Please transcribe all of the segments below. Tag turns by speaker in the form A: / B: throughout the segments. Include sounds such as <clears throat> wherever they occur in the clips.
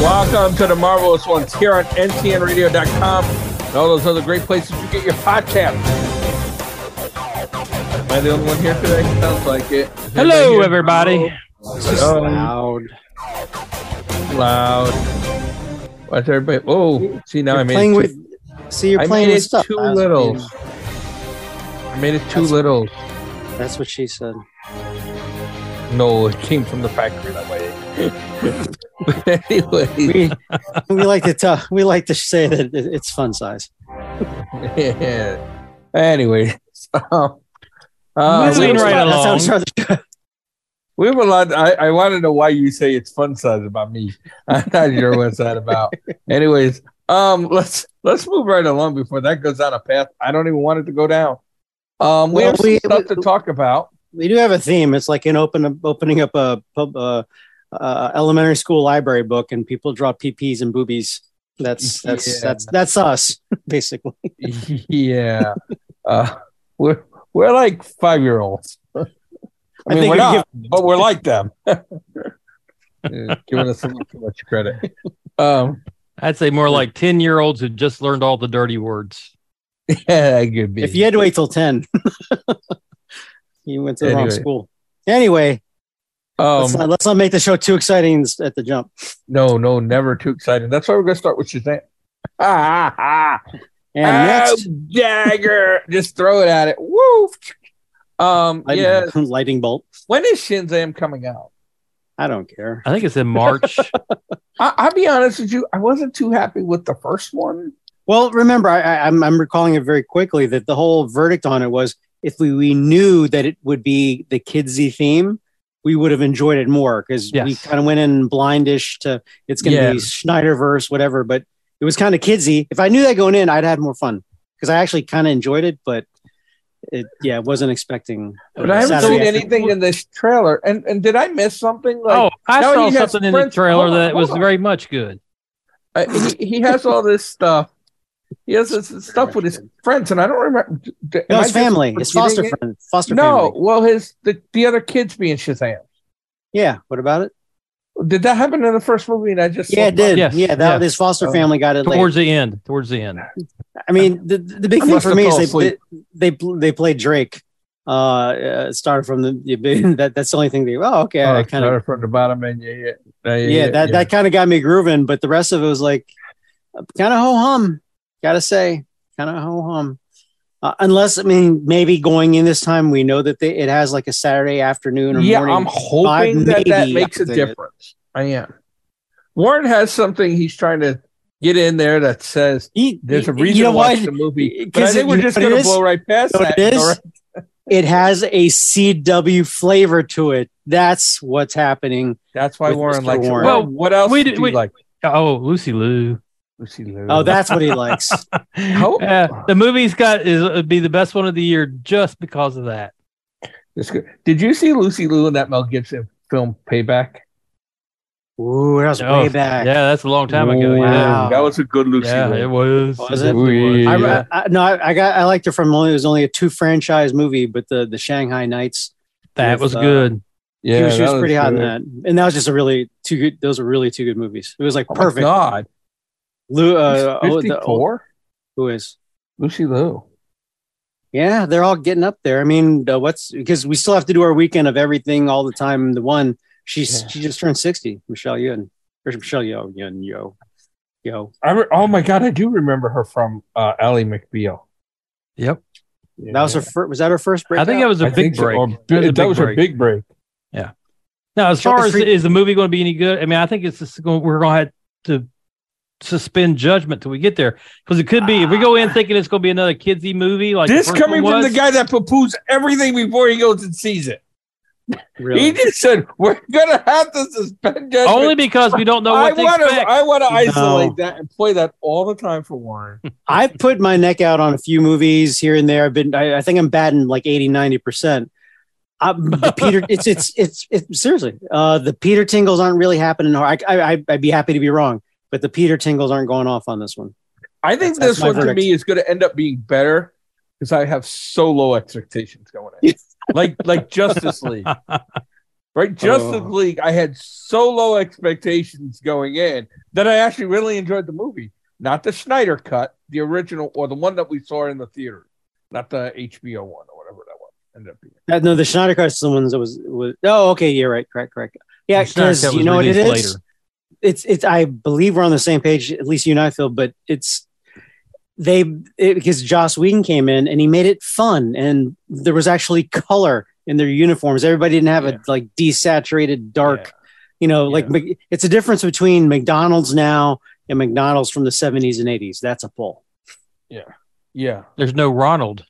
A: Welcome to the Marvelous Ones here on ntnradio.com and all those other great places you get your podcast. Am I the only one here today? Sounds like it.
B: Hello, everybody.
A: Hello. Loud. Why's everybody? Oh, see now I
C: You're
A: made
C: playing
A: it
C: with.
A: too,
C: See, you're
A: I
C: playing
A: made
C: with
A: it
C: stuff.
A: too
C: I was
A: little.
C: being-
A: I made it too
C: That's-
A: little.
C: that's what she said.
A: No, it came from the factory that way. <laughs> anyway,
C: We, <laughs> we like to tell. We like to say that it- it's fun size.
A: yeah. <laughs> anyway, <laughs> so uh,
B: Moving
A: we-
B: right
C: That's how we
B: along.
C: started the show.
A: We have a lot. I, I want to know why you say it's fun size about me. <laughs> I'm not sure what's that about. Anyways, um, let's let's move right along before that goes down a path I don't even want it to go down. Um, we
C: Well,
A: have some
C: we-
A: stuff
C: we-
A: to talk about.
C: <laughs>
A: <laughs>
C: We do have a theme. It's like in open opening up a pub, uh, uh, elementary school library book, and people draw PPs and boobies.
A: <laughs>
C: That's that's
A: Yeah.
C: that's that's us <laughs> basically.
A: yeah, uh, we're we're like five year olds. I
C: I
A: mean,
C: think
A: we're
C: we
A: not, <laughs> but we're like
C: <laughs>
A: them. Yeah, giving us a little too much credit. Um, <laughs>
B: I'd say more like 10 year olds who just learned all the dirty words.
A: yeah, it could be.
C: If you had to wait till ten, <laughs> you went to the wrong
A: Anyway.
C: school. Anyway,
A: um,
C: let's, not, let's not make the show too exciting at the jump.
A: no, no, never too excited. That's why we're gonna start with
C: <laughs>
A: Shazam. Ah, ah, ah.
C: And
A: Oh,
C: next,
A: dagger. <laughs> Just throw it at it. Woo. Um,
C: lighting,
A: yeah.
C: <laughs> lighting bolt.
A: When is Shinzam coming out?
C: I don't care.
B: I think it's in March.
A: I- I'll be honest with you. I wasn't too happy with the first one.
C: Well, remember, I, I, I'm, I'm recalling it very quickly that the whole verdict on it was if we, we knew that it would be the kidsy theme, we would have enjoyed it more because we
B: Yes.
C: kind of went in blindish to it's going to
A: Yeah.
C: be Schneiderverse, whatever. But it was kind of kidsy. If I knew that going in, I'd had more fun because I actually kind of enjoyed it, but it, yeah, I wasn't expecting.
A: <laughs> But I haven't
C: Saturday
A: seen
C: afternoon.
A: anything in this trailer. And and did I miss something? Like
B: oh, I
A: now
B: saw
A: he has
B: something in the
A: Prince-
B: trailer
A: hold on,
B: that was
A: hold on.
B: very much good.
A: uh, he, he has all this stuff. He has this
C: <laughs>
A: stuff with his friends, and I don't remember. d- d- am
C: No,
A: I
C: it's
A: just
C: family. It's
A: repeating
C: foster
A: it?
C: friend. Foster
A: No,
C: family.
A: well, his the, the other kids being Shazam.
C: Yeah. What about it?
A: Did that happen in the first movie? And I just
C: Yeah, it did.
B: Yes,
C: Yeah, that
B: yeah.
C: this foster
A: Oh.
C: family got it late.
B: Towards the end. Towards the end.
C: I mean, the, the big
A: I
C: thing
A: must
C: for
A: have
C: me
A: fell
C: is they,
A: asleep.
C: they they played Drake. Uh, uh started from the the <laughs> big- that that's the only thing they oh okay
A: Oh,
C: I
A: it's
C: kind of
A: started from the bottom and yeah, yeah, yeah,
C: yeah, that that kind of got me grooving but the rest of it was like kind of ho hum gotta say kind of ho hum uh, unless I mean maybe going in this time we know that they, it has like a Saturday afternoon or
A: yeah,
C: morning
A: I'm hoping
C: vibe,
A: that that
C: maybe,
A: makes
C: I
A: a
C: think it-
A: difference. I am. Warren has something he's trying to get in there that says
C: He-
A: there's a
C: you
A: reason
C: know
A: to watch
C: what?
A: the movie. But I
C: 'Cause
A: think
C: it-
A: we're
C: you
A: just
C: know what
A: going
C: it
A: to
C: is?
A: blow right past
C: You know
A: that.
C: what it is? it has a CW flavor to it that's what's happening
A: That's why
C: With
A: Warren
C: Mr.
A: likes
C: Warren.
A: it. Well,
B: Well,
A: what else
B: we
A: do
B: did-
A: you
B: we-
A: like?
B: Oh, Lucy Lou.
A: Lucy Liu?
C: oh that's what he likes Oh.
B: <laughs> Uh, the movie's got is it'd be the best one of the year just because of that.
A: It's good. Did you see Lucy Liu in that Mel Gibson film Payback?
C: ooh that was
B: Oh,
C: way back
B: Yeah, that's a long time ago.
A: Ooh,
B: Yeah.
C: Wow.
A: That was a good Lucy
B: Yeah,
A: Liu.
B: it was.
C: Was it?
B: was.
A: Yeah.
C: I, I, I no, I, I got I liked it from only it was only a two franchise movie, but the the Shanghai Knights.
B: That
C: with,
B: was
C: uh,
B: good.
A: yeah,
C: she was, she
A: that
C: was pretty hot in
A: good.
C: that, and that was just a really two good. Those were really two good movies. It was like
A: Oh my
C: perfect.
A: God,
C: Lou, uh,
A: He's
C: oh, the, oh,
A: 54.
C: who is?
A: Lucy Liu.
C: Yeah, they're all getting up there. I mean, uh, what's because we still have to do our weekend of everything all the time. The one she's
A: Yeah.
C: she just turned sixty, Michelle Yeoh, or Michelle Yeoh, Yeoh, Yeoh, Yeoh.
A: I re- oh my god, I do remember her from uh, Ally McBeal.
B: Yep.
C: That was her first. Was that her first break?
B: I think that was a
A: I
B: big
A: think so,
B: break.
A: or
B: It
A: bi-
B: was a
A: that was her big break.
B: Now, as
C: Shut the
B: far as
C: freak-
B: is the movie going to be any good? I mean, I think it's just going, we're going to have to suspend judgment till we get there because it could be if we go in thinking it's going to be another kidsy movie like the
A: this
B: first
A: coming
B: one
A: from the
B: was,
A: guy that poo-poos everything before he goes and sees it. He
C: really.
A: just said we're gonna have to suspend judgment.
B: Only because we don't know
A: I
B: what to
A: want to.
B: expect.
A: I want to isolate
C: No.
A: that and play that all the time for Warren.
C: I've put my neck out on a few movies here and there. I've been, I, I think I'm batting like 80, 90%. Um, the
B: <laughs>
C: Peter, it's, it's, it's, it's seriously, uh, the Peter tingles aren't really happening. Or I, I, I- I'd be happy to be wrong, but the Peter tingles aren't going off on this one.
A: I think
C: That's- that's
A: this
C: my
A: one
C: verdict.
A: to me is going to end up being better <laughs>
C: <laughs>
A: because I have so low expectations going in. like like Justice League. right? Justice
C: Oh.
A: League, I had so low expectations going in that I actually really enjoyed the movie. Not the Snyder cut, the original or the one that we saw in the theater, not the HBO one or whatever that one ended up being.
C: Uh, no, the Schneider Cut is the ones that was, was. Oh, okay. Yeah, right. Correct. Correct. Yeah,
B: Snyder
C: because
B: Cut
C: you
B: was
C: know what it is.
B: released later.
C: It's it's. I believe we're on the same page. At least you and I feel. But it's they it, because Joss Whedon came in and he made it fun, and there was actually color in their uniforms. Everybody didn't have
B: Yeah.
C: a like desaturated dark.
B: Yeah.
C: You know,
B: Yeah.
C: like Mc- it's a difference between McDonald's now and McDonald's from the seventies and eighties. That's a pull.
A: Yeah.
B: There's no Ronald.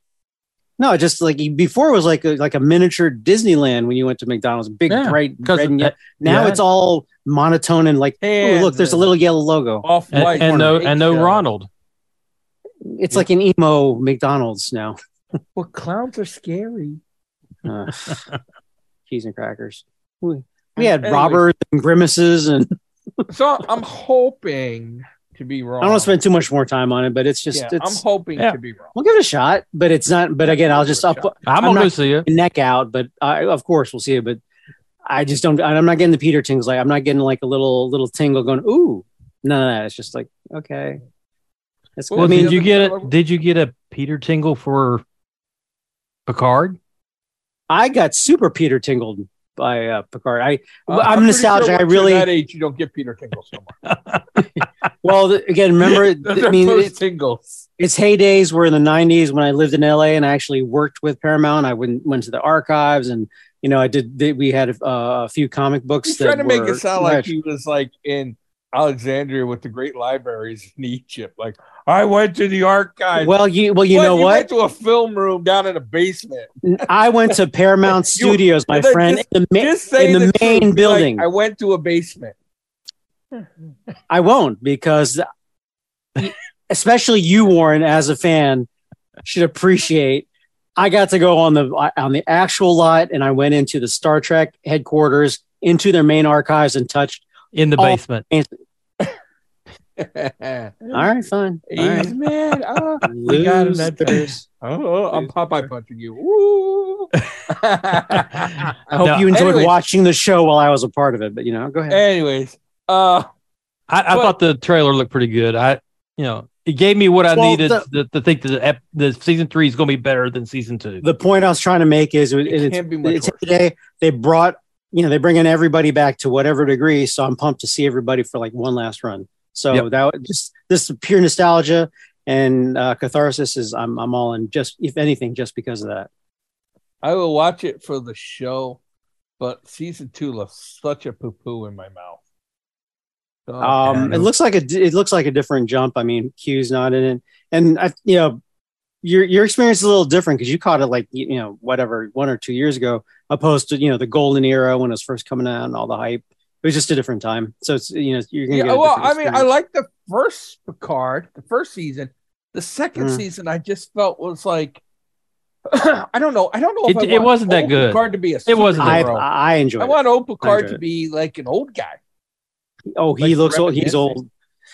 C: No, just like before it was like a, like a miniature Disneyland when you went to McDonald's, big
B: Yeah,
C: bright
B: 'cause
C: red and
B: of-
C: yellow. Now
B: yeah.
C: it's all monotone and like, oh
A: And
C: look, there's a little yellow logo.
A: off
B: uh, And,
A: white
B: and no and no Ronald.
C: It's like an emo McDonald's now.
A: Well, clowns are scary. <laughs>
C: Uh, cheese and crackers. We we had
A: Anyway.
C: robbers and grimaces, and
A: So I'm hoping to be wrong.
C: I don't want to spend too much more time on it, but it's just
A: Yeah, I'm
C: it's.
A: hoping
B: Yeah.
A: to be wrong.
C: We'll give it a shot, but it's not. But again, I'll just
A: Give
C: up
A: it a
B: I'm,
C: I'm
B: gonna
C: not-
B: go see it.
C: my neck out, but I, of course we'll see it. But I just don't. I'm not getting the Peter tingles. Like I'm not getting like a little little tingle going. Ooh, none of that. It's just like okay. That's good.
A: Well,
B: Well,
C: I mean,
B: did you
A: other
B: get
A: fellow-
B: a did you get a Peter Tingle for Picard?
C: I got super Peter tingled by uh, Picard. I
A: Uh,
C: I'm
A: pretty
C: nostalgic.
A: sure once
C: I
A: you're
C: really-
A: that age you don't get Peter Tingles no more.
C: well th- again remember.
A: <laughs>
C: I mean,
A: post
C: it's,
A: tingles.
C: its heydays were in the '90s when I lived in LA and I actually worked with Paramount. I went went to the archives and you know I did. They, we had uh, a few comic books.
A: He's
C: that
A: trying to make
C: were-
A: it sound like
C: Right.
A: he was like in Alexandria with the great libraries in Egypt. Like I went to the archives.
C: Well, you well you know
A: You
C: what?
A: went to a film room down in a basement.
C: I went to
A: <laughs>
C: Paramount Studios, my
A: Just-
C: friend. in the ma-
A: Just say
C: in the
A: truth.
C: main
A: Be like,
C: building.
A: I went to a basement. <laughs>
C: I won't because, especially you, Warren, as a fan, should appreciate. I got to go on the on the actual lot, and I went into the Star Trek headquarters, into their main archives, and touched.
B: In the
C: Oh.
B: basement.
A: He's
C: All right, fine. All right. <laughs>
A: mad. Oh, <laughs> we got him that time.
C: Losers.
A: Oh, I'm Popeye punching you. Woo.
C: <laughs> I hope
B: No,
C: you enjoyed
A: anyways.
C: watching the show while I was a part of it. But you know, go ahead.
A: Anyways, uh,
B: I, I
A: Well-
B: thought the trailer looked pretty good. I, you know, it gave me what I
C: Well,
B: needed
C: the-
B: to, to think that the, ep- the season three is going to be better than season two.
C: the point I was trying to make is it,
A: it
C: it's
A: can't be much
C: it's
A: worse.
C: today they brought you know they bringing everybody back to whatever degree so i'm pumped to see everybody for like one last run so
B: Yep.
C: that would just this pure nostalgia and uh, catharsis is I'm, I'm all in just if anything just because of that
A: <laughs> I will watch it for the show, but season two left such a poo poo in my mouth. So-
C: um, it looks like a di- it looks like a different jump i mean q's not in it and i you know your your experience is a little different because you caught it like you you know whatever one or two years ago opposed to you know the golden era when it was first coming out and all the hype it was just a different time so it's you know you're gonna
A: yeah,
C: get a
A: well,
C: different
A: I mean, I
C: experience.
A: like the first Picard, the first season. The second
C: Mm.
A: season, I just felt was like, <clears throat> I don't know, I don't know.
B: It-
A: I
B: it
A: want
B: wasn't that
A: old
B: good.
A: Picard to be a
B: It wasn't
C: I,
B: that
A: superhero. I,
C: I enjoy.
A: want old Picard
C: enjoyed
A: to
C: it.
A: be like an old guy.
C: Oh, he
A: like,
C: looks old. He's
A: reminiscent.
C: old.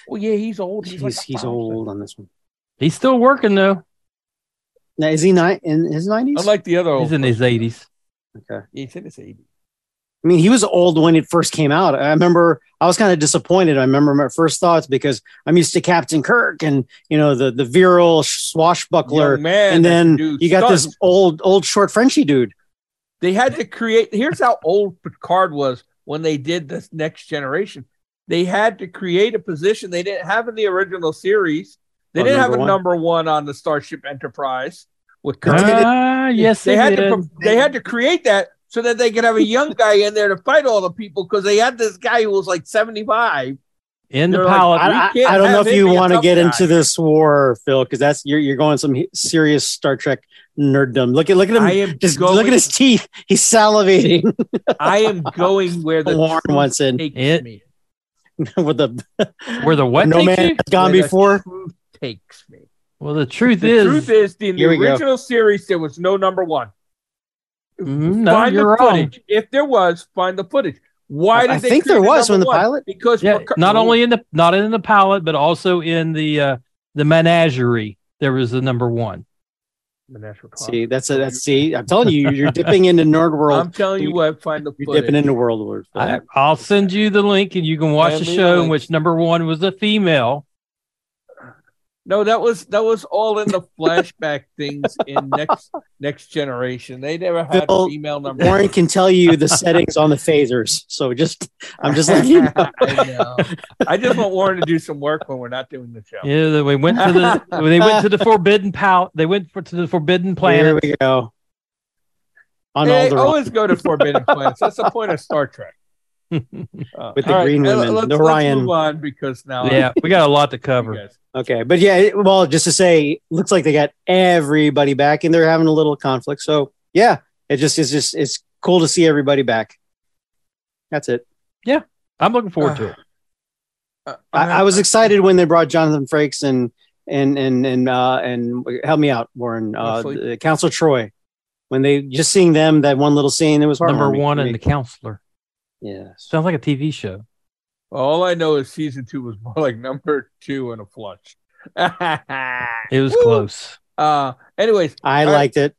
A: Well, yeah, he's old.
C: He's,
A: He's like a
C: he's
A: five-
C: old on this one.
B: He's still working though.
C: Now, is he not in his nineties?
A: Unlike the other, old
B: He's in
A: person. <laughs>
B: his eighties.
C: okay.
A: He's in his eighties.
C: I mean, he was old when it first came out. I remember I was kind of disappointed. I remember my first thoughts because I'm used to Captain Kirk and you know the the virile swashbuckler,
A: Young man,
C: and
A: that
C: then
A: dude
C: you got
A: stunts.
C: this old old short Frenchy dude.
A: They had to create. Here's how old Picard was when they did this next generation. They had to create a position they didn't have in the original series. They
C: Oh,
A: didn't have
C: number
A: a
C: one?
A: number one on the Starship Enterprise with Kirk.
B: Ah, <laughs> yes,
A: they
B: it
A: had to
B: is.
A: pro- they had to create that so that they could have a young guy in there to fight all the people because they had this guy who was like 75.
B: in the
A: they're like,
B: pilot.
A: We
C: I, I,
A: can't
C: I don't know
A: have
C: if
A: him
C: you
A: be a
C: want to
A: tough
C: get
A: guy.
C: into this war, Phil, because that's you're you're going some he- serious Star Trek nerddom. Look at look at
A: I
C: him.
A: am
C: Just
A: going,
C: look at his teeth. He's salivating.
A: <laughs> I am going where the
C: Warren
A: truth
C: wants in
A: takes
B: It-
A: me.
C: with the
B: <laughs> where the what?
C: no
B: takes
C: man
B: you?
C: has gone
A: Where the
C: before.
A: truth takes me.
B: Well, the truth
A: The
B: is,
A: truth is, in the
C: Here we go.
A: original series, there was no number one.
B: Mm, no,
A: find
B: you're
A: the
B: wrong.
A: footage. If there was, find the footage. Why did
C: I
A: they
C: think there
A: create a
C: was
A: number
C: when the
A: one?
C: pilot.
A: Because
B: Yeah,
A: Picard-
B: not only in the not in the pilot, but also in the uh, the menagerie. There was the number one.
D: the national park.
C: See, that's
A: uh,
C: a that's see. I'm telling you, you're dipping into nerd world.
A: I'm telling you what, find the
C: You're
A: footage.
C: dipping into world war.
B: I, I'll send you the link and you can watch the
A: Send me the
B: show in
A: link.
B: which number one was a female.
A: No, that was that was all in the flashback <laughs> things in next next generation. They never had
C: Phil,
A: female number.
C: <laughs> Warren can tell you the settings on the phasers. So just, I'm just letting
B: <laughs>
C: you know.
A: I know. I just want Warren to do some work when we're not doing the show.
B: Yeah, they went to the they went to the forbidden pal. They went for, to the forbidden
C: There
B: planet.
C: we go. On
A: They
C: Alderaan.
A: always go to
C: <laughs>
A: Forbidden Planets. That's the point of Star Trek. Uh,
C: With the
A: all
C: green
A: uh,
C: women,
A: let's,
C: the
A: let's
C: Ryan.
A: move on because now
B: yeah, we got a lot to
A: I'm-
B: cover.
A: you guys-
C: Okay, but yeah, it- well, just to say, looks like they got everybody back, and they're having a little conflict. So yeah, it just is just it's cool to see everybody back. That's it.
B: I'm looking forward to it.
A: uh,
C: I, I was excited when they brought Jonathan Frakes and and and and uh, and help me out, Warren, uh,
A: Wesley?
C: the- Council Troy. When they just seeing them that one little scene, it was
B: Number
C: heartwarming
B: one
C: for
B: and the
C: me.
B: counselor
C: yes,
B: sounds like a TV show.
A: all I know is season two was more <laughs> like number two in a flush. <laughs>
B: It was
A: Woo!
B: close.
A: uh, anyways,
C: I
A: All right.
C: liked it.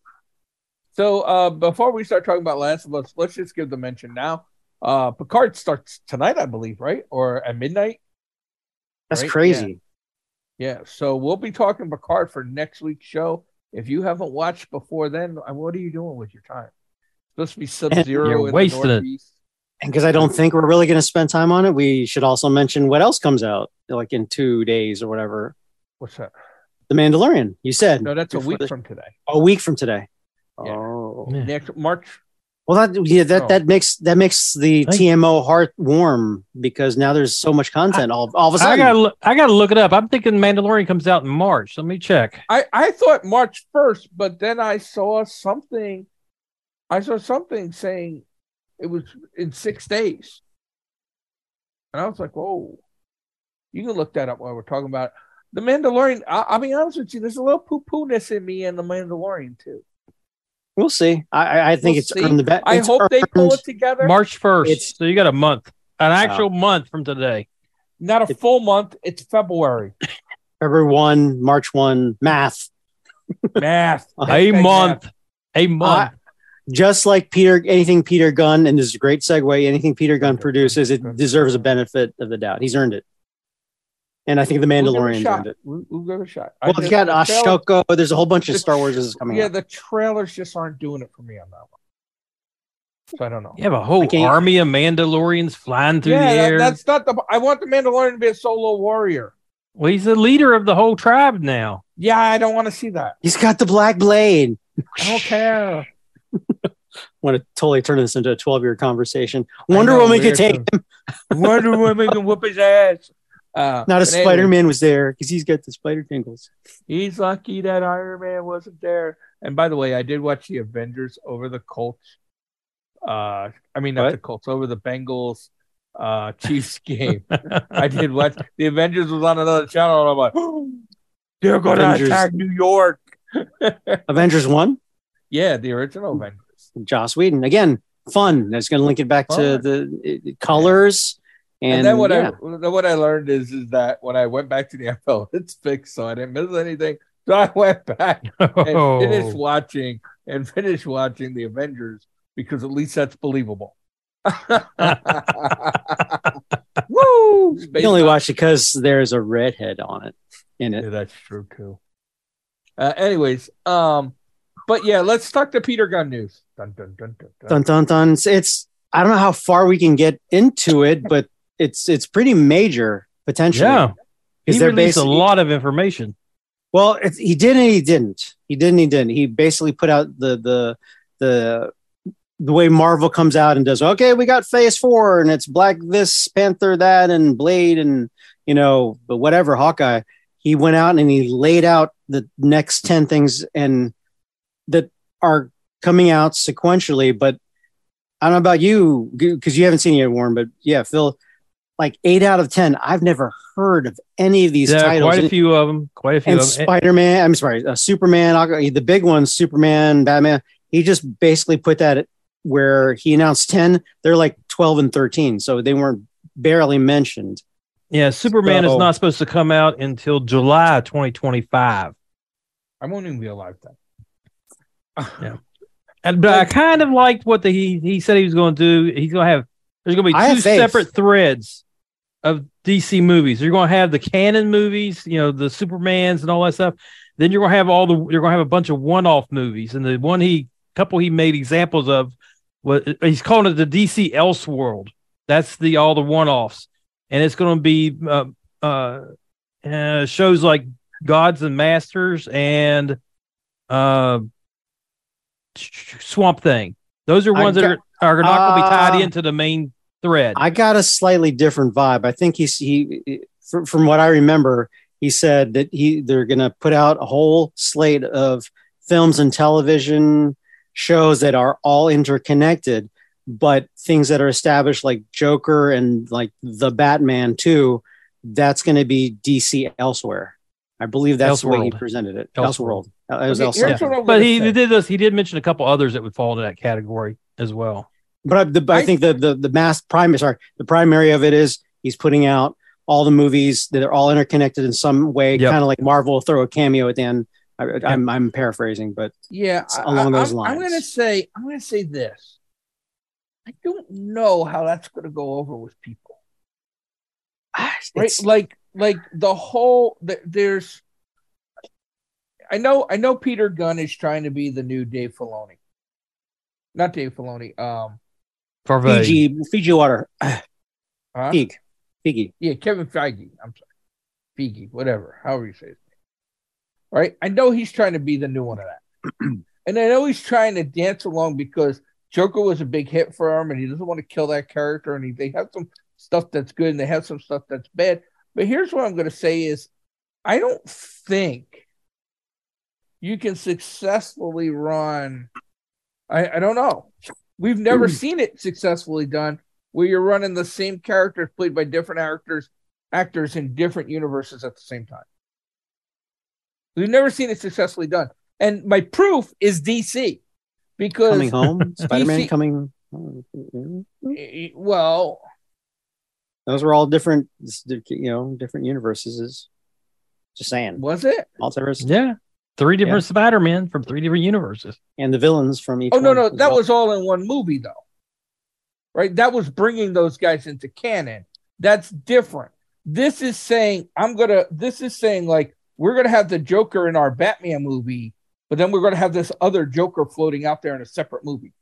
A: So uh, before we start talking about Last of Us, let's just give the mention now. Uh, Picard starts tonight, I believe, right? Or at midnight?
C: That's
A: Right?
C: crazy.
A: Yeah. So we'll be talking Picard for next week's show. If you haven't watched before then, uh, what are you doing with your time? It's supposed to be sub
B: You're
A: zero in the
B: wasting it.
A: northeast.
C: And because I don't
A: Mm-hmm.
C: think we're really going to spend time on it, we should also mention what else comes out like in two days or whatever.
A: What's that?
C: The Mandalorian. You said
A: No, that's a
C: Before
A: week
C: the-
A: from today.
C: a week from today.
A: Yeah.
C: Oh,
B: Yeah.
A: Next March.
C: well, that yeah, that
A: Oh.
C: that makes that makes the
B: Thank-
C: TMO heart warm because now there's so much content. all all of a
B: I
C: sudden,
B: gotta look, I gotta look it up. I'm thinking Mandalorian comes out in March. Let me check.
A: I, I thought March 1st, but then I saw something. I saw something saying it was in six days. And I was like, whoa, you can look that up while we're talking about it. The Mandalorian. I, I'll be honest with you, there's a little poo poo ness in me and The Mandalorian, too.
C: we'll see. I- I, I think
A: We'll
C: it's
A: see.
C: earned the bet.
A: I
C: it's
A: hope they pull
C: earned-
A: it together.
B: March
C: It's-
B: first. So you got a month, an actual month from today.
A: Not a
C: it-
A: full month, it's
B: <laughs>
A: February.
C: February one, March one, math.
A: Math.
B: A month. A month.
C: Just like Peter, anything Peter Gunn, and this is a great segue. Anything Peter Gunn produces, it deserves a benefit of the doubt. He's earned it, and I think the
A: We'll give it a
C: Mandalorian
A: shot.
C: earned it.
A: We'll, we'll give it a shot. I
C: Well,
A: just-
C: he's got
A: the trailer-
C: Ashoka. There's a whole bunch of
A: the
C: Star Wars
A: tra-
C: is coming
A: Yeah,
C: out.
A: the trailers just aren't doing it for me on that one. So I don't know.
B: you have a
C: I
B: whole
C: can't-
B: army of Mandalorians flying through
A: Yeah,
B: the
A: that-
B: air.
A: that's not the. I want the Mandalorian to be a solo warrior.
B: well, he's the leader of the whole tribe
A: <laughs>
B: now.
A: Yeah, I don't want to see that.
C: He's got the Black Blade.
A: I <laughs> don't care.
C: want to totally turn this into a 12 year conversation.
A: I
C: Wonder
A: know,
C: Woman
A: weird
C: could take
A: too. <laughs> Wonder Woman can whoop his ass. Uh,
C: not a
A: but anyway,
C: Spider Man was there because he's got the spider tingles.
A: He's lucky that Iron Man wasn't there. And by the way, I did watch the Avengers over the Colts. Uh, I mean, not
C: What?
A: the Colts over the Bengals, uh, Chiefs <laughs> game. I did watch the Avengers was on another channel, and I'm like, <gasps> they're going to
C: Avengers.
A: attack New York.
C: Avengers 1,
A: Yeah, the original Avengers.
C: Joss Whedon. Again, fun. That's going to link it back to
A: Fun.
C: the it- it- colors. And,
A: And, then what
C: yeah.
A: I then what I learned is is that when I went back to the <laughs> NFL, it's fixed, so I didn't miss anything. So I went back and finished
B: <laughs> Oh.
A: watching and finished watching the Avengers because at least that's believable. <laughs> Woo! Space
C: you only watch it because there's a redhead on it in
A: Yeah,
C: it.
A: that's true too. Uh, anyways, um, but yeah, let's talk to Peter Gunn news. Dun, dun, dun, dun, dun.
C: Dun dun dun. It's, it's- I don't know how far we can get into it, but it's it's pretty major potentially.
B: Yeah. He
C: Is there
B: released a
C: basically-
B: lot of information.
C: Well, it, he did and he didn't. He did and he didn't. He basically put out the the the the way Marvel comes out and does. Okay, we got Phase Four, and it's Black this, Panther that, and Blade, and you know, but whatever Hawkeye. He went out and he laid out the next ten things and that are coming out sequentially. But I don't know about you because you haven't seen it yet, Warren. But yeah, Phil, like eight out of ten, I've never heard of any of these
B: Yeah,
C: titles.
B: quite a few of them. Quite a few
C: And
B: of them.
C: Spider Man, I'm sorry, uh, Superman, Aqu- the big ones, Superman, Batman. He just basically put that at- where he announced 10, they're like 12 and 13. So they weren't barely mentioned.
B: yeah, Superman is
C: So-
B: not supposed to come out until July 2025.
A: I won't even be alive then.
B: And, but I kind of liked what the, he he said he was going to do. He's going to have there's going to
C: I
B: be
C: have
B: two
C: faith.
B: separate threads of DC movies. You're going to have the canon movies, you know, the Supermans and all that stuff. Then you're going to have all the you're going to have a bunch of one-off movies. And the one he couple he made examples of was he's calling it the DC Elseworld. That's the all the one-offs, and it's going to be uh, uh, uh, shows like Gods and Masters and uh, Swamp Thing. Those are
C: I
B: ones that
C: got-
B: are, are not going to be
A: Ah.
B: tied
C: Uh,
B: into the main thread.
C: I got a slightly different vibe. I think he's he from, from what I remember, he said that he they're going to put out a whole slate of films and television shows that are all interconnected, but things that are established like Joker and like the Batman too, that's going to be DC elsewhere. I believe that's the way he
B: Elseworld.
C: presented it.
B: Elseworld.
C: Elseworld. Uh, It was
A: Okay, here's
C: Elseworld.
A: what I'm
B: but
A: gonna
B: he
A: say.
B: did this. He did mention a couple others that would fall into that category as well.
C: But I, the, but I
A: I-
C: think the the the mass primary sorry the primary of it is he's putting out all the movies that are all interconnected in some way,
B: Yep.
C: kind of like Marvel will throw a cameo at the end. I, I'm I'm paraphrasing, but <sighs>
A: yeah
C: s- along those
A: I'm- I'm
C: lines.
A: gonna say I'm gonna say this. I don't know how that's gonna go over with people.
C: ah,
A: right
C: it's-
A: like like the whole th- there's i know i know peter gunn is trying to be the new dave filoni not dave filoni um
B: Farve.
C: Fiji Fiji water <sighs>
A: huh?
C: Fig Figgy.
A: yeah kevin feige i'm sorry feige whatever however you say his name right i know he's trying to be the new one of that <clears throat> and i know he's trying to dance along because joker was a big hit for him and he doesn't want to kill that character and he, they have some stuff that's good and they have some stuff that's bad but here's what i'm going to say is I don't think you can successfully run. I, I don't know. We've never seen it successfully done where you're running the same characters played by different actors, actors in different universes at the same time. We've never seen it successfully done. And my proof is DC
C: coming
A: because <laughs>
C: home Spider Man
A: DC
C: coming. home.
A: eh, well,
C: Those were all different, you know, different universes. Just saying,
A: was it?
C: multiverse
B: Yeah. Three different Spider-Men from three different universes.
C: and the villains from each.
A: Oh no,
C: one
A: no,
C: as
A: that
C: well.
A: was all in one movie though. Right? That was bringing those guys into canon. That's different. This is saying I'm going to this is saying like we're going to have the Joker in our Batman movie, but then we're going to have this other Joker floating out there in a separate movie.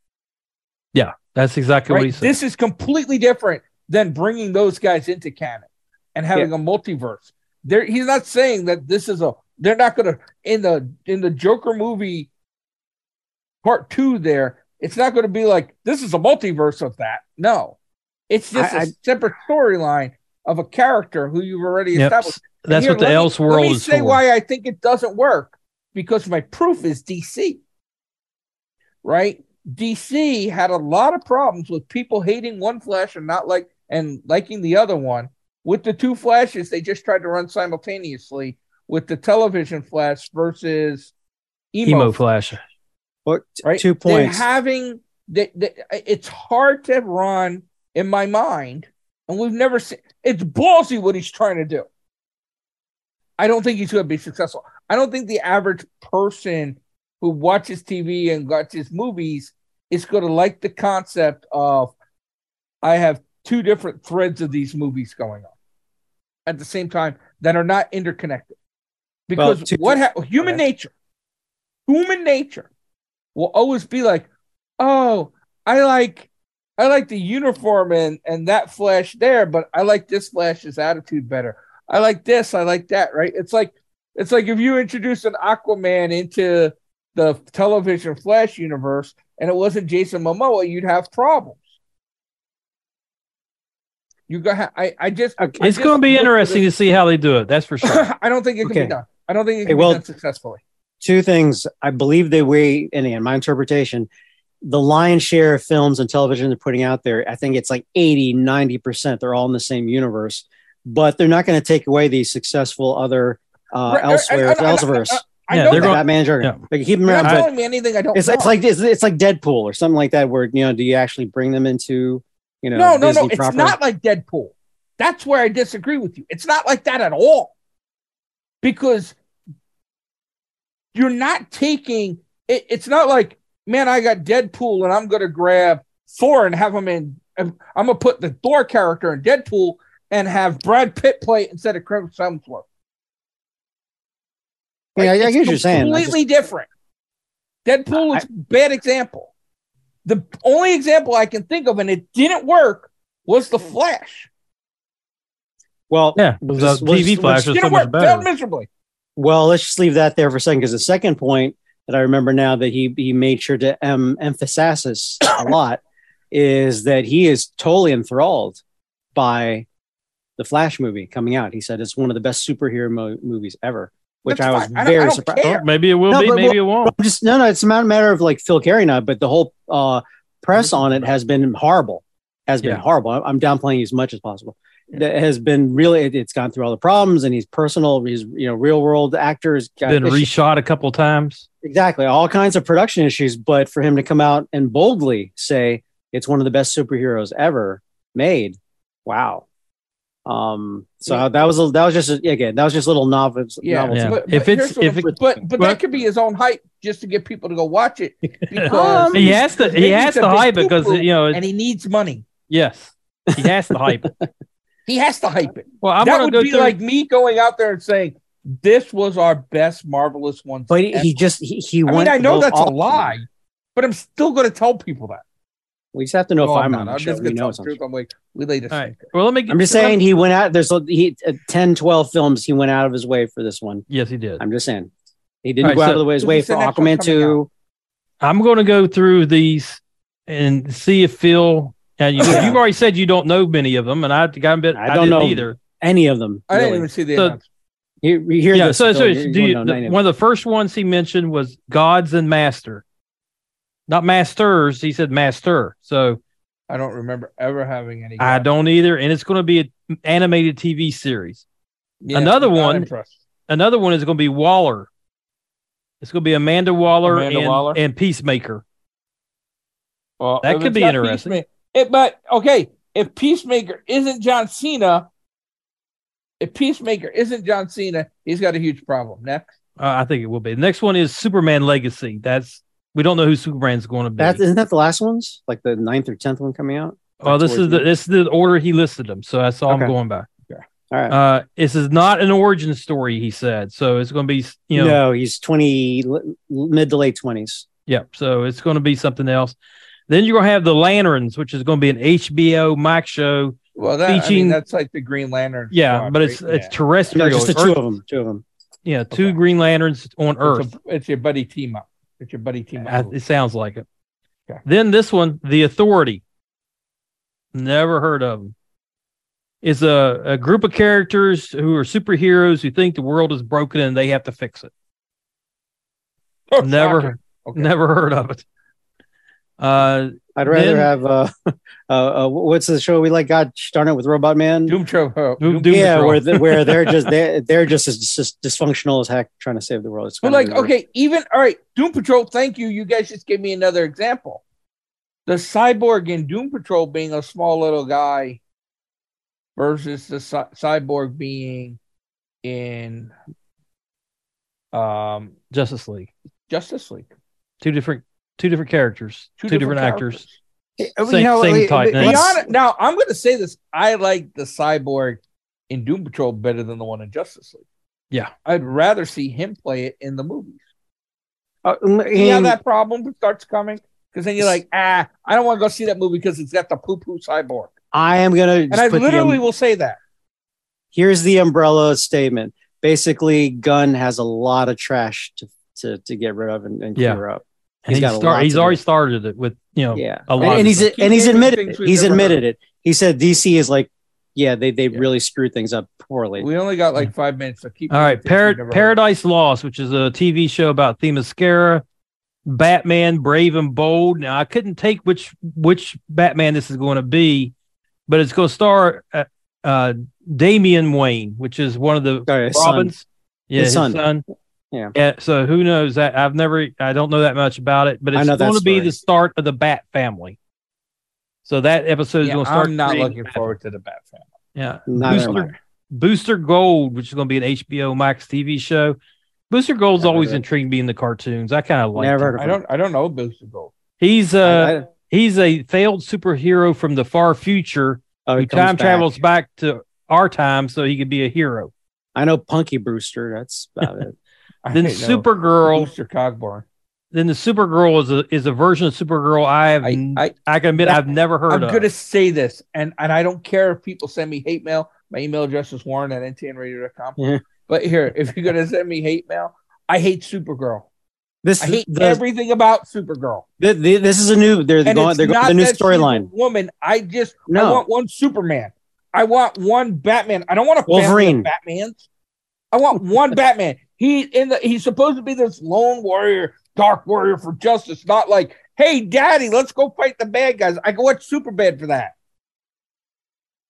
B: That's exactly what he
A: Right?
B: said.
A: This is completely different than bringing those guys into canon and having a multiverse. There he's not saying that this is a they're not gonna in the in the Joker movie part two there, it's not gonna be like this is a multiverse of that. No. It's just a
C: I- I-
A: separate storyline of a character who you've already
B: Yep.
A: established.
B: That's
A: Here,
B: what the
A: let me-
B: else
A: Let
B: world
A: me
B: is
A: say
B: for.
A: why I think it doesn't work because my proof is DC. Right? DC had a lot of problems with people hating one Flash and not like and liking the other one. With the two Flashes, they just tried to run simultaneously with the television Flash versus emo,
B: Emo
A: Flash
B: Flash.
C: Or t-
A: right?
C: two points.
A: They're having that. It's hard to run in my mind, and we've never seen. It's ballsy what he's trying to do. I don't think he's going to be successful. I don't think the average person who watches TV and watches movies is going to like the concept of I have two different threads of these movies going on at the same time that are not interconnected.
C: Well,
A: Because
C: two-
A: what ha- human nature, human nature will always be like, oh, I like I like the uniform and and that flash there, but I like this flash's attitude better. I like this, I like that, right? It's like it's like if you introduce an Aquaman into the television Flash universe and it wasn't Jason Momoa, you'd have problems. You go. Ha- I I just
C: Okay.
A: I
B: It's
A: just
B: going to be
A: look at
B: interesting to see how they do it. That's for sure.
A: it. <laughs> I don't think it can
C: Okay.
A: be done. I don't think it can
C: Hey,
A: be
C: well-
A: done successfully.
C: two things. I believe they weigh, and in my interpretation, the lion's share of films and television they're putting out there, I think it's like 80, 90%. They're all in the same universe, but they're not going to take away the successful other uh,
A: Right, er,
C: elsewhere,
A: and- and- and-
C: elsewhere.
A: I
B: Yeah,
A: know
B: they're
A: that.
B: going-
C: Batman and Joker.
B: yeah.
C: They keep them
A: You're
C: around,
A: not
C: but
A: telling me anything I don't
C: it's,
A: know.
C: it's like it's, it's like Deadpool or something like that, where you know, do you actually bring them into you know
A: no, no,
C: Disney
A: no. It's
C: proper?
A: not like Deadpool. That's where I disagree with you. It's not like that at all. Because you're not taking it, it's not like, man, I got Deadpool and I'm gonna grab Thor and have him in. I'm gonna put the Thor character in Deadpool and have Brad Pitt play it instead of Chris Hemsworth.
C: Yeah, I- I
A: it's
C: get what you're saying. I
A: Completely different. Deadpool is a bad example. The only example I can think of, and it didn't work, was the Flash.
C: Well,
B: Yeah, it was a
C: Just- let's-
B: TV
C: let's
B: flash is
A: Didn't
B: so
A: work.
B: much better.
A: Failed miserably.
C: Well, let's just leave that there for a second because the second point that I remember now that he he made sure to um, emphasize this a
A: <coughs>
C: lot is that he is totally enthralled by the Flash movie coming out. He said it's one of the best superhero mo- movies ever, which
A: That's
C: I was
A: fine. I don't- I
C: very
A: don't
C: surprised.
A: care.
B: Maybe it will
C: No,
B: be,
C: but-
B: maybe it won't.
C: I'm just no, no. It's not a matter of like Phil Carey not, but the whole uh, press
A: Mm-hmm.
C: on it has been horrible. Has been
B: Yeah.
C: horrible. I- I'm downplaying as much as possible. That has been really. It, has gone through all the problems, and he's personal. He's you know real world actors. Got
B: Been
C: issues.
B: reshot a couple times.
C: Exactly. All kinds of production issues, but for him to come out and boldly say it's one of the best superheroes ever made. Wow. Um so that was a, that was just a, again, that was just little novels.
A: Yeah.
C: novelty.
B: Yeah.
A: But-
B: if
A: but
B: it's
A: here's what
B: if it,
A: But but,
B: Well-
A: that could be his own hype just to get people to go watch it because
C: Um,
B: he has to he
A: he's
B: has
A: a
B: to
A: big
B: hype it because
A: poo-poo
B: you know it-
A: and he needs money.
B: yes he has to
C: <laughs>
B: hype. it.
A: He has to hype it.
B: Well, I'm
A: that
B: gonna
A: would
B: go
A: be
B: through.
A: like me going out there and saying this was our best marvelous one.
C: But he,
A: ever."
C: he just he, he
A: I
C: went
A: mean, I know
C: above
A: that's a
C: all-
A: lie, but I'm still going to tell people that.
C: We just have to know
A: No,
C: if
A: Oh, I'm
C: I'm,
A: not.
C: on the
A: I'm
C: show.
A: just
C: We
A: going to
C: know
A: tell
C: it's
A: the
C: on the
A: truth. I'm like, we laid a
B: all right. Well, let me.
C: show. I'm just saying he went out there's a- he uh, 10 12 films he went out of his way for this one.
B: Yes, he did.
C: I'm just saying. He didn't
B: All right,
C: go out
B: so-
C: of the way his
A: Who's
C: way
A: the
C: for
A: next one coming
C: Aquaman 2.
B: I'm going to go through these and see if Phil.
C: <laughs>
B: And you,
A: Yeah.
B: you've already said you don't know many of them, and I got a bit. I,
C: I don't
B: didn't
C: know
B: either.
C: Any of them.
A: I didn't
C: really.
A: even see the
B: So-
A: announcement.
C: You, you hear
B: Yeah.
C: this.
B: So,
C: Phil,
B: so
C: you-
B: it's-
C: you
B: do
C: won't
B: you,
C: know
B: the-
C: any of them.
B: one of the first ones he mentioned was gods and master, not masters. He said master. So
A: I don't remember ever having any.
B: I don't either, and it's going to be an animated TV series.
A: Yeah,
B: another
A: not
B: one-
A: impressed.
B: another one is going to be Waller. It's going to be Amanda Waller,
A: Amanda
B: and,
A: Waller?
B: and Peacemaker.
A: Well,
B: That
A: if
B: could
A: it's
B: be
A: not
B: interesting.
A: Peacemaker- It, but okay, if Peacemaker isn't John Cena, if Peacemaker isn't John Cena, he's got a huge problem. Next,
B: Uh, I think it will be. The next one is Superman Legacy. That's we don't know who Superman's going to be.
C: That isn't that the last ones, like the ninth or tenth one coming out.
B: well, Oh, this is
C: towards
B: the
C: the-
B: this is the order he listed them. So that's all I'm
C: Okay.
B: going by.
C: All right.
B: Uh, this is not an origin story, he said. So it's going to be you know
C: no, he's twenty, l- mid to late twenties.
B: yeah. So it's going to be something else. Then you're going to have the Lanterns, which is going to be an HBO Max show.
A: well, that, I
B: Featuring-
A: mean, that's like the Green Lantern.
B: Yeah,
A: squad,
B: but it's
A: right?
B: it's
A: Yeah.
B: terrestrial.
C: No, just the
B: It's Earth-
C: two of them. Two of them.
B: Yeah, two
A: Okay.
B: Green Lanterns on Earth. Uh,
A: It's, a- it's your buddy team up. It's your buddy team
B: I-
A: up.
B: it sounds like it.
A: Okay.
B: Then this one, The Authority. Never heard of them. Is a, a group of characters who are superheroes who think the world is broken and they have to fix it.
A: Oh,
B: Never,
A: shocker. Okay.
B: never heard of it. Uh,
C: I'd rather
B: Then-
C: have uh, <laughs> uh, uh, what's the show we like? God darn it, with Robot
A: <laughs>
C: Man.
A: Doom Trovo.
B: Doom, Doom
C: yeah,
B: Patrol.
C: where the,
B: <laughs>
C: where they're just they're, they're just as just dysfunctional as heck, trying to save the world. It's
A: But
C: kinda
A: like,
C: weird.
A: okay, even all right, Doom Patrol. Thank you. You guys just gave me another example. The cyborg in Doom Patrol being a small little guy versus the cy- cyborg being in um
B: Justice League.
A: Justice League.
B: Two different, two different characters, two, different, actors.
A: characters.
C: You
B: same-
C: know,
B: same
C: like,
B: type,
C: let's-
B: Thanks.
A: Beyond, now, I'm going to say this: I like the cyborg in Doom Patrol better than the one in Justice League.
B: Yeah.
A: I'd rather see him play it in the movies.
C: uh,
A: See how
C: and-
A: that problem starts coming? Because then you're like, ah, I don't want to go see that movie because it's got the poo poo cyborg.
C: I am gonna. just
A: And I
C: put the, um,
A: literally will say that.
C: here's the umbrella statement. Basically, Gunn has a lot of trash to to, to get rid of and, and
B: Yeah.
C: clear up.
B: He's,
C: He's got a lot
B: start, he's
C: to
B: already
C: do.
B: started it with you know
C: Yeah,
B: a lot.
C: and,
B: of
C: and he's
B: stuff.
C: and he's
A: Keep naming
C: admitted
A: things
C: it.
A: we've
C: He's
A: never
C: admitted
A: heard.
C: it. He said DC is like, yeah, they they
A: Yeah.
C: really screwed things up poorly.
A: We only got like five minutes, so keep.
B: All right, Par-
A: Parrot.
B: Paradise Lost, which is a TV show about Themyscira, Batman, Brave and Bold. Now I couldn't take which which Batman this is going to be, but it's going to star uh, uh, Damian Wayne, which is one of the
C: Sorry, son.
B: Robins. Yeah,
C: His
B: his son.
C: son. Yeah.
B: So who knows that? I've never, I don't know that much about it, but
C: I
B: it's
C: know that
B: going to be
C: story.
B: the start of the Bat family. So that episode is
A: Yeah,
B: going to start.
A: I'm not
B: creating
A: looking
B: Bat-
A: forward to the Bat fan.
B: Yeah.
C: Neither am I.
B: Booster, Booster Gold, which is going to be an HBO Max TV show. Booster Gold's
A: Never
B: always
A: heard.
B: intrigued me in the cartoons. I kind of like.
C: Never heard
A: I don't. I don't know Booster Gold.
B: He's uh
C: I- I-
B: he's a failed superhero from the far future
C: oh, it
B: who
C: comes
B: time
C: back.
B: travels back to our time so he can be a hero.
C: I know Punky Brewster. That's
B: <laughs>
C: about it.
A: I
B: Then
A: know.
B: Supergirl.
A: Booster Cogburn.
B: Then the Supergirl is a is a version of Supergirl I have
A: I,
B: I,
A: I
B: can admit I've never heard
A: I'm
B: of.
A: gonna say this, and and I don't care if people send me hate mail. My email address is warren at ntnradio.com.
C: Yeah.
A: But here, if you're gonna send me hate mail, I hate Supergirl.
C: This
A: I hate
C: the,
A: everything about Supergirl.
C: the, the, this is a new. They're
A: And
C: going.
A: it's
C: They're going
A: not
C: the new
A: that she's a
C: storyline.
A: Woman, I just I
C: No,
A: want one Superman. I want one Batman. I don't want a
C: Wolverine.
A: Batman. I want one Batman. He in the he's supposed to be this lone warrior, dark warrior for justice, not like, hey daddy, let's go fight the bad guys. I can watch Superbad for that.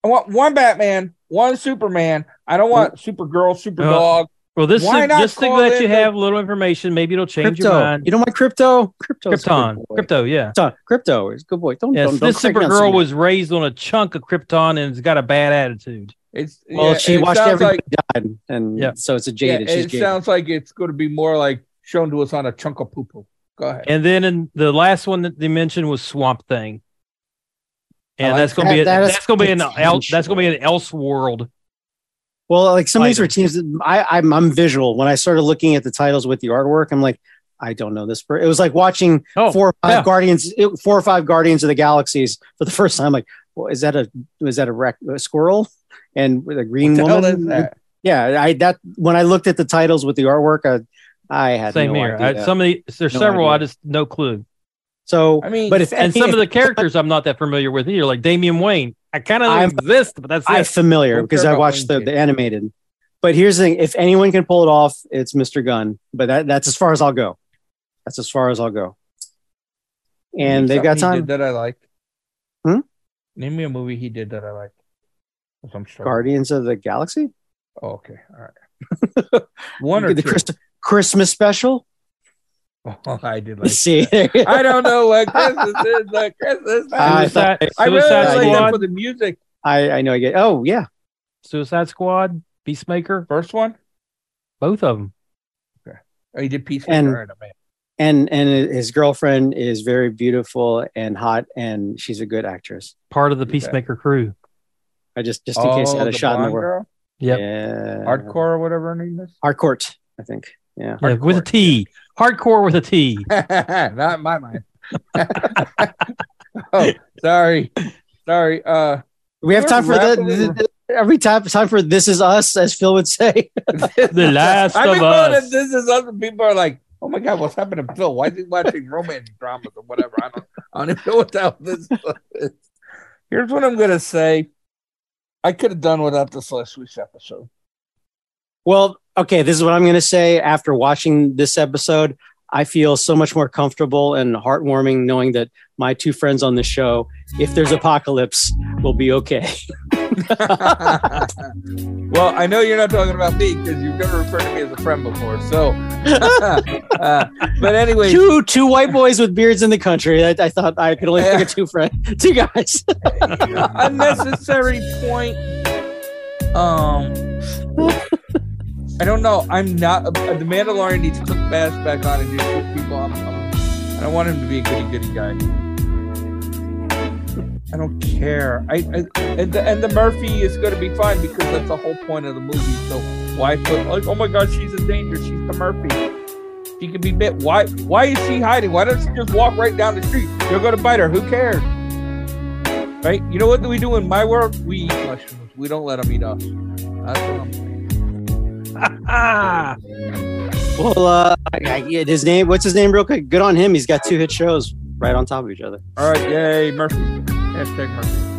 A: I want one Batman, one Superman. I don't want Supergirl, Superdog.
B: well, this
A: Why
B: thing-
A: not
B: this thing
A: call
B: lets you
A: in the-
B: have a little information. Maybe it'll change your
C: crypto.
B: mind.
C: You don't want crypto? Crypto's a good
B: Krypton,
C: boy.
B: crypto, yeah.
C: Krypton. Crypto is a good boy. Don't.
B: Yes,
C: don't, don't
B: this
C: crank down
B: Supergirl
C: Superman.
B: was raised on a chunk of Krypton and has got a bad attitude.
A: it's
C: Well,
A: yeah,
C: she
A: it
C: watched
A: sounds
C: everybody
A: like-
C: die, and
B: Yeah.
C: so it's a
A: yeah,
C: jaded. She's
A: it
C: jaded.
A: sounds like it's going to be more like shown to us on a chunk of poo poo. Go ahead.
B: And then in the last one that they mentioned was Swamp Thing, and
A: I like
B: that's gonna be
C: that.
B: a,
C: That is
B: that's gonna be an El,
C: potential.
B: that's gonna be an else world.
C: Well, like some of these
B: Either.
C: were teams. that- I, I'm, I'm visual. When I started looking at the titles with the artwork, I'm like, I don't know this. Per-. It was like watching
B: Oh,
C: four or five
B: yeah.
C: Guardians, it- four or five Guardians of the Galaxies for the first time. Like, well, is that a is that a, rec- a squirrel and with a green
A: What the hell
C: woman?
A: is that?
C: Yeah, I that when I looked at the titles with the artwork, I, I had
B: Same
C: no
B: here.
C: idea.
B: I, some of the, there's
C: No
B: several. I
C: idea.
B: just no clue.
C: so,
A: I mean,
C: but if
B: And
C: any-
B: some
C: if
B: of the characters I'm not that familiar with either, like Damian Wayne. I kind
C: I'm-
B: of exist, but that's
C: I'm
B: it.
C: familiar
A: Don't
C: because
A: care
C: I
A: about
C: watched the,
A: Wayne's
C: the animated. But here's the thing: if anyone can pull it off, it's Mr. Gunn. But that, that's as far as I'll go. That's as far as I'll go.
A: Name
C: And they've got
A: something he
C: time.
A: did that I like.
C: Hmm?
A: Name me a movie he did that I like. If I'm struggling.
C: Guardians of the Galaxy,
A: Oh, okay, all
C: <laughs>
A: right. One or
C: the
A: two.
C: Christ- Christmas special.
A: <laughs> Oh, I did like.
C: <laughs> See,
A: that. I don't know what Christmas is. Like Christmas.
C: <laughs> I-
A: time.
B: Suicide,
A: I really
B: Suicide
A: like
B: Squad.
A: that for the music.
C: I, I know. I get. Oh yeah,
B: Suicide Squad, Peacemaker,
A: First one.
B: both of them.
A: Oh, you did Peace
C: And-
A: All right, I'm in.
C: and and his girlfriend is very beautiful and hot, and she's a good actress.
B: Part of the
A: Okay.
B: Peacemaker crew.
C: I just just in case I
A: Oh,
C: had a
A: the
C: shot in the
A: blonde
C: world.
A: girl?
B: Yep.
C: Yeah,
A: Hardcore or whatever her name is. <laughs>
C: Hardcourt, I think. Yeah.
B: Yeah, with a
A: Hardcore.
B: T. Hardcore with a T.
A: Not in my mind. <laughs> oh, sorry, sorry. Uh,
C: We have
A: We're
C: time for the,
A: rapidly-
C: the- the- every time time for this is us, as Phil would say. <laughs>
B: <laughs> The Last
A: I've been
B: of
A: going
B: Us.
A: if this is other people are like, oh my god, what's happening to Phil? Why is he watching romance dramas or whatever? I don't, I don't even know what the hell this is. Here's what I'm gonna say. I could have done without this last week's
B: <laughs>
A: episode.
C: Well, okay, this is what I'm going to say after watching this episode. I feel so much more comfortable and heartwarming knowing that my two friends on the show, if there's apocalypse, will be okay.
A: well, I know you're not talking about me because you've never referred to me as a friend before. So, <laughs> uh, but anyway,
C: Two two white boys with beards in the country. I, I thought I could only pick
A: <laughs>
C: a two friend, two guys.
A: unnecessary point. Um, I don't know. I'm not. Uh, the Mandalorian needs to put Bass back on and do some people. I'm, I'm, I don't want him to be a goody goody guy. I don't care. I, I and the and the Murphy is going to be fine because that's the whole point of the movie. So why put like oh my god she's in danger she's the Murphy. She can be bit. Why? Why is she hiding? Why doesn't she just walk right down the street? You're going to bite her. Who cares? Right? You know what do we do in my world? We eat mushrooms. We don't let them eat us. That's what I'm saying.
B: Ah,
C: Well, uh, I, I, yeah, his name. What's his name? Real quick. Good on him. He's got two hit shows right on top of each other.
A: All right, yay, Murphy. Hashtag Murphy.